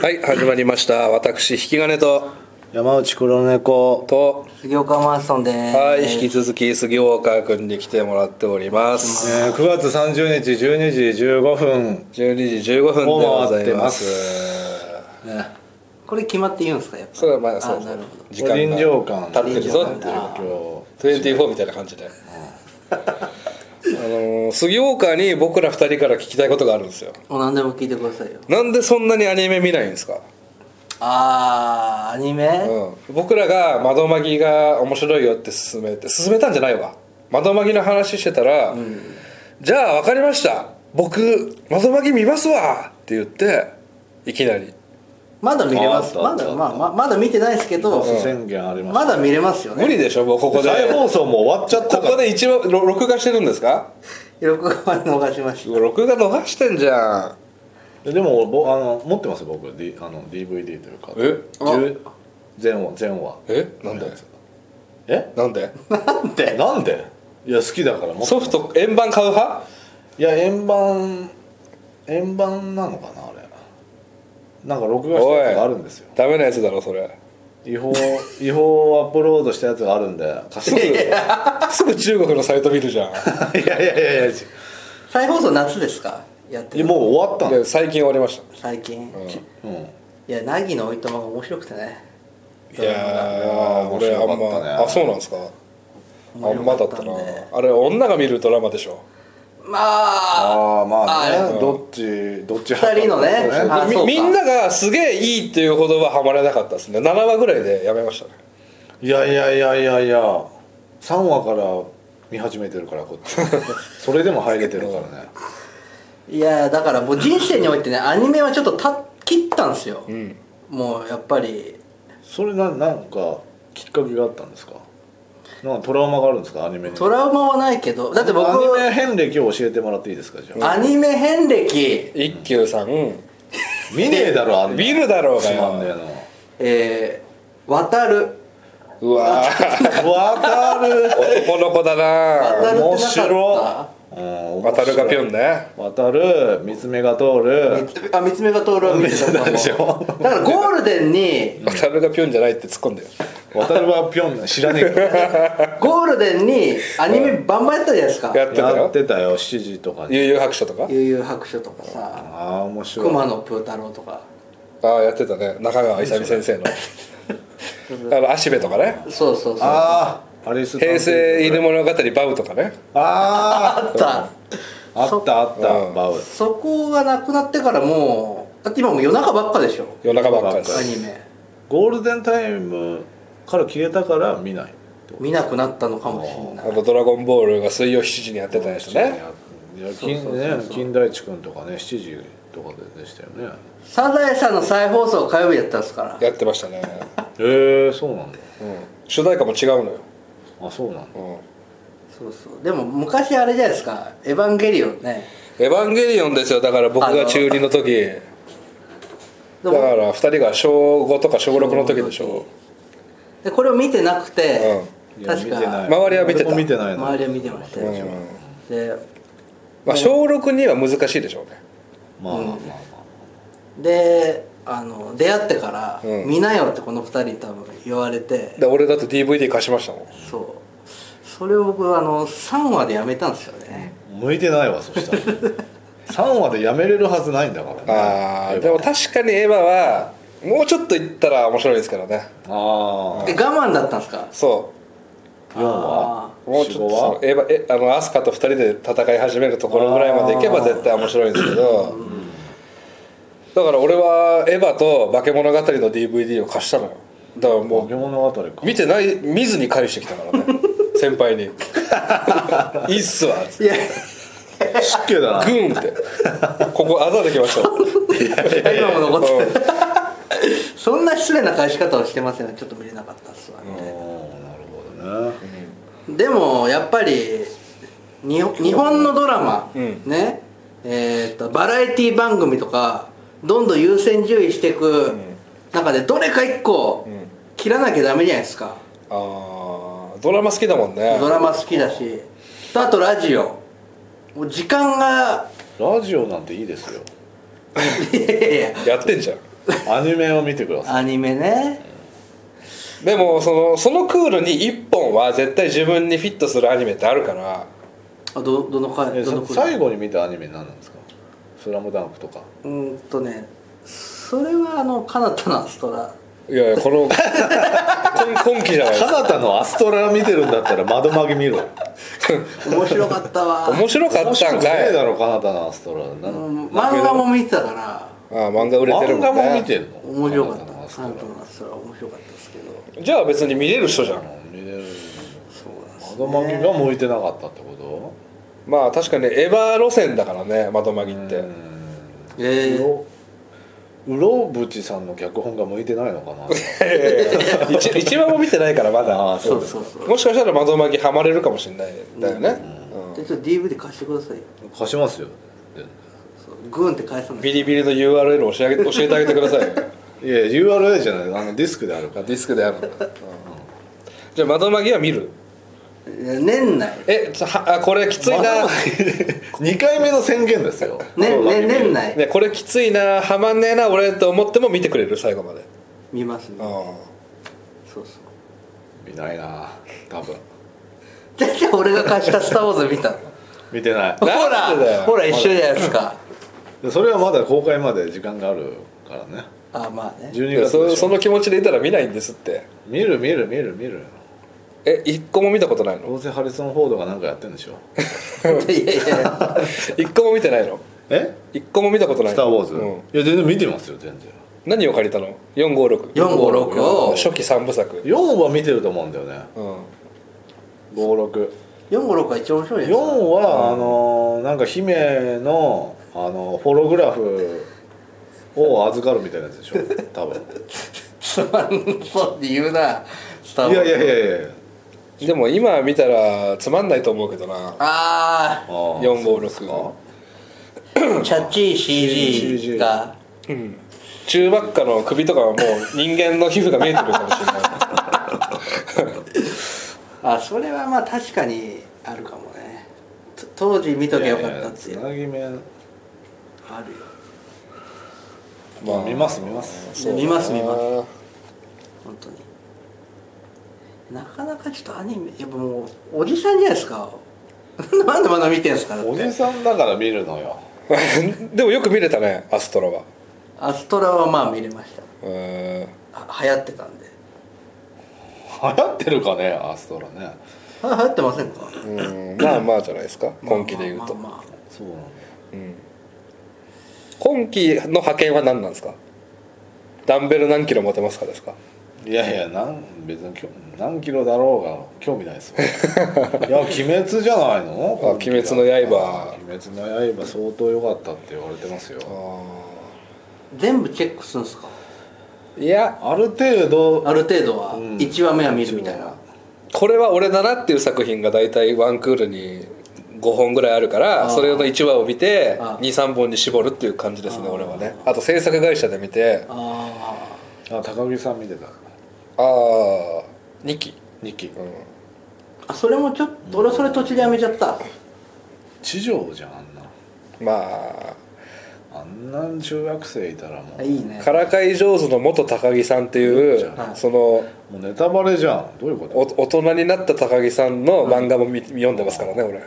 はい始まりました私引き金と山内黒猫と杉岡マーソンです。はい引き続き杉岡君に来てもらっておりますえー9月30日12時15分12時15分でございますねこれ決まって言うんですか、やっぱ。それはまあそうあなるほど時間が臨場感経ってるぞっていう今24みたいな感じで、あのー杉岡に僕ら2人から聞きたいことがあるんですよもう何でも聞いてくださいよ。なんでそんなにアニメ見ないんですか、あー、アニメ、うん、僕らが窓マギが面白いよって勧めて勧めたんじゃないわ窓マギの話してたら、じゃあ分かりました僕窓マギ見ますわって言っていきなりまだ見れます。あーあまったあだ、ったまあ、まあまだ見てないですけど、日宣言ありままだ見れますよ無ね。理でしょもうここすで再放送も終わっちゃったこかこらで一応ろ録画してるんですか録画は逃しまし録画逃してんじゃんでもぼあの持ってますよ僕、D、あの DVD というかえ10前話前話えなんでえなんでた。なんでなんでいや好きだから持ってますソフト円盤買う派いや円盤円盤なのかなあれなんか録画したやつがあるんですよダメなやつだろそれ違法違法アップロードしたやつがあるんで貸しすてぐくれすぐ中国のサイト見るじゃん いやいやいやいやい再放送夏ですかやってやるもう終わったんでで最近終わりまし最近、た、うんいうんや、なぎのおいとまが面白くてね。いやー面俺あ白かったねんまあそうなんですかあ面ん白まだかっったたんなであれ女が見るドラマでしょまあ、ああまあねあーどっちどっち二人のねそうあみそうかみんながすげえいいっていうほどはハマれなかったですね7話ぐらいでやめましたねいやいやいやいやいや3話から見始めてるからこ っちそれでも入れてるからねいや、だからもう人生においてね、アニメはちょっとた切ったんですよ。んもうやっぱりそれななんかきっかけがあったんですかなんかトラウマがあるんですかアニメにトラウマはないけどだって僕アニメ遍歴を教えてもらっていいですかじゃあアニメ遍歴一休さん見ねえだろあんな見るだろうがつよまんねえー、渡るうわ ーえなわかる男の子だな渡るってなかった面白いうん渡るがぴょんね渡る三つ目が通るあ三つ目が通るは見てた見てたでしょだからゴールデ ンに渡るがぴょんじゃないって突っ込んでよ渡るはぴょん知らね えからゴールデンにアニメバンバンやったじゃないですかやってたやっよてたよ7時とかに悠々白書とか悠々白書とかさああ面白い熊野プー太郎とかああやってたね中川勇先 生のあの芦部とかねそうそうそうあああアリス探偵平成犬物語バウとかねあったああったあったうんバウそこがなくなってからもうだって今もう夜中ばっかでしょ夜中ばっかりでそうアすニメゴールデンタイムから消えたから見ない見なくなったのかもしれあないの「ドラゴンボール」が水曜7時にやってたやつねいや金ね金田一君とかね7時とかでしたよねサザエさんの再放送火曜日やったんですからやってましたね、へえー、そうなんだうん、主題歌も違うのよ、あそうなんだうんそうそうでも昔あれじゃないですか「エヴァンゲリオンね」エヴァンゲリオン」ですよだから僕が中二の時でだもから2人が小5とか小6の時でしょでこれを見てなくて、いや確見てないか周りは見てた俺も見てないの周りは見てましたよ、うんでまあ、小6には難しいでしょうねまあまあまあまであの出会ってから「うん見なよ」ってこの2人に多分言われて、で俺だと DVD 貸しましたもんそうそれを僕あの3話でやめたんですよね、あ向いてないわそしたら3話でやめれるはずないんだからねああエヴァでも確かにエヴァはもうちょっといったら面白いですからねああえ我慢だったんですかそ4話うもうちょっとそ4のエヴァえあのアスカと2人で戦い始めるところぐらいまでいけば絶対面白いんですけどだから俺はエヴァと「化け物語」の DVD を貸したのよだから話化もけ物語かう見てない見ずに返してきたからね 先輩に「いいっすわ」っつっていや失敬だ「グーン!」って「ここあざできました」今も残ってるうんそんな失礼な返し方をしてますよねちょっと見れなかったっすわね、おーなるほどねでもやっぱりに日本のドラマ、うんねえー、とバラエティ番組とかどんどん優先順位していく中でどれか一個ん切らなきゃダメじゃないですか、ああドラマ好きだもんねドラマ好きだしあとラジオもう時間が ラジオなんていいですよいやいやいややってんじゃんアニメを見てくださいアニメねでもそのそのクールに1本は絶対自分にフィットするアニメってあるからあどどの回えどのそ回最後に見たアニメ何なんですか「スラムダンクとかうーんとねそれはあの彼方のアストラいやいやこの今今期じゃないですか彼方のアストラ見てるんだったら窓曲げ見ろよ面白かった わ面白か面っ白たんくねかえいあだろ彼方のアストラなうんだけ漫ど画も見てたからあ漫画売れてる漫も画んねも見てんの面白かった彼方のアストカラントのアストラ面白かったですけどじゃあ別に見れる人じゃん見れるそうなんです窓曲げが向いてなかったってことまあ確かにエヴァ路線だからね窓まぎって、えうーろうろぶちさんの脚本が向いてないの かな一一話も見てないからまだあそうそうそうもしかしたら窓まぎハマれるかもしれないだよね、うんでちょっと DVD 貸してくださいよ貸しますよそうグーンって返さないビリビリの URL を教えあげ教えてあげてくださいよいや URL じゃないあのディスクであるかデらィスクであるんだ、うんじゃあ窓まぎは見る年内えちょはあこれきついな、 2回目の宣言ですよねね年内ね、これきついなハマんねえな俺と思っても見てくれる最後まで見ますねあそうそう見ないな多分だって俺が貸した「スター・ウォーズ」見たの見てないほなんでだよらほら一緒じゃないですかでそれはまだ公開まで時間があるからねあまあねあ12いや月そでしそょの気持ちでいたら見ないんですって見る見る見る見るえ一個も見たことない どのうせハリソン・フォードがなんかやってんでしょ いやいや一個も見てないのえ一個も見たことないスター・ウォーズ、うんいや全然見てますよ全然何を借りたの456 456を初期三部作4は見てると思うんだよねうん56 456が一番面白い4やつは、あのーなんか姫のあのフォログラフを預かるみたいなやつで しょ多分つまん そうって言うなスター・ウいォーやズいやいやいやでも今見たらつまんないと思うけどなああー456あチャッチー CG がうん中ばっかの首とかはもう人間の皮膚が見えてくるかもしれないあそれはまあ確かにあるかもねと当時見とけよかったっていいうやいやつなぎ目、あるよまあ、見ます見ますそうだな見ます見ます本当になかなかちょっとアニメやっぱもうおじさんじゃないですか なんでまだ見てんすかだっおじてさんだから見るのよ でもよく見れたねアストラはアストラはまあ見れましたうーんは流行ってたんで流行ってるかねアストラねあ流行ってませんかうんまあまあじゃないですか今期で言うと、まあまあまあそうなんだうん、今期の派遣は何なんですかダンベル何キロ持てますかですかいやいやなん別にきょ何キロだろうが興味ないですよ いや鬼滅じゃないのあ鬼滅の刃鬼滅の刃相当良かったって言われてますよ全部チェックするんですかいやある程度ある程度はうん1話目は見るみたいな、これは俺だなっていう作品が大体ワンクールに5本ぐらいあるかあらーそれの1話を見てあー23本に絞るっていう感じですねあー俺はねあと制作会社で見てあああ高木さん見てたあ2期、 2期うん、ーあそれもちょっと俺はそれ途中でやめちゃった地上じゃんあんなまあんな中学生いたらもあういいあねからかい上手の元高木さんっていう、はいそのもうネタバレじゃんどういうことお大人になった高木さんの漫画も見、読んでますからね 俺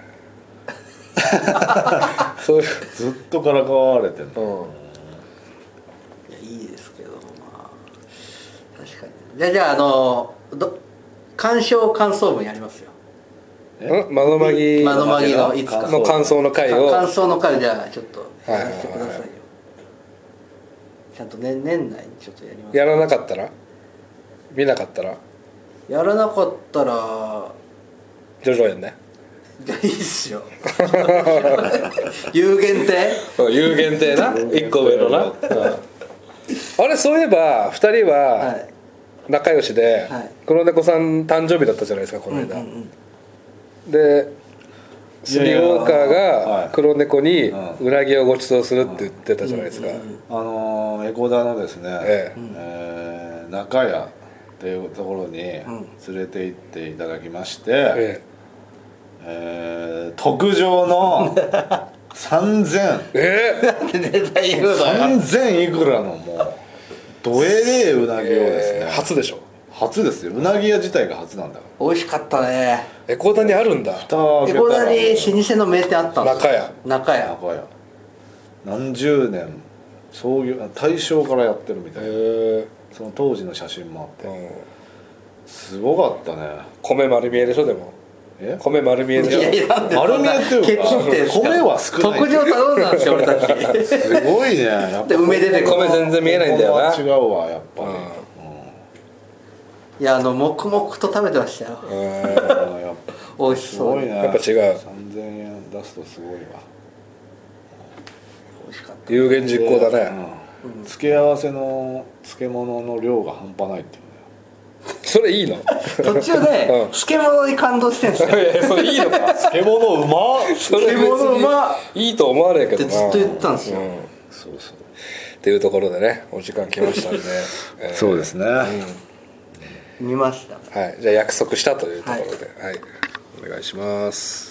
そういうずっとからかわれてんのうんいやいいですけどまあ確かにじゃあじゃああのど鑑賞感想文やりますよえうん窓まぎ窓まぎのいつかの感想の回を感想の回じゃあちょっとはいやはいはいらせてくださいよ、ちゃんと、ね、年内にちょっとやりますやらなかったら見なかったらやらなかったら徐々にねじゃあいいっすよ 有限定うん有限定な限定1個上のな、うんあれそういえば2人ははい仲良しで、はい黒猫さん誕生日だったじゃないですかこの間、うんうんうんでスリーウォーカーはいが黒猫にうんうなぎをご馳走するって言ってたじゃないですか、うんうんうんあのーエコダのですね、えええー中屋っていうところに連れて行っていただきまして、ええー特上の 3000えええで、ね、だいぶ3000いくらのもうどえれえうなぎをですね、えー初でしょ初ですようなぎ屋自体が初なんだか美味しかったねエコーダにあるんだら蓋エ開けコたダらに老舗の名店あったんです中屋中屋中屋何十年創業大正からやってるみたいな、へその当時の写真もあってえすごかったね米丸見えでしょでもえ米丸見えでいやいしょやなんでそんな丸見えっていうかケチって米は少ない特上頼んだんですよ俺たちすごいねやっぱで梅出てこ米全然見えないんだよな本物は違うわやっぱり、いやあの黙々と食べてましたようんうんやっぱ美味しすそうごいねやっぱ違う3000円出すとすごいわ美味しかった有言実行だね、うん付け合わせの漬物の量が半端ないっていうんだよそれいいのい途中でうん漬物に感動してんですよやいやそれいいのか漬物うまっそれ別に漬物うまいいと思わねえけどなってずっと言ったんですようんっそうそう、ていうところでねお時間来ましたんで、えーそうですね、見ましたはい、じゃあ約束したというところで、はい、お願いします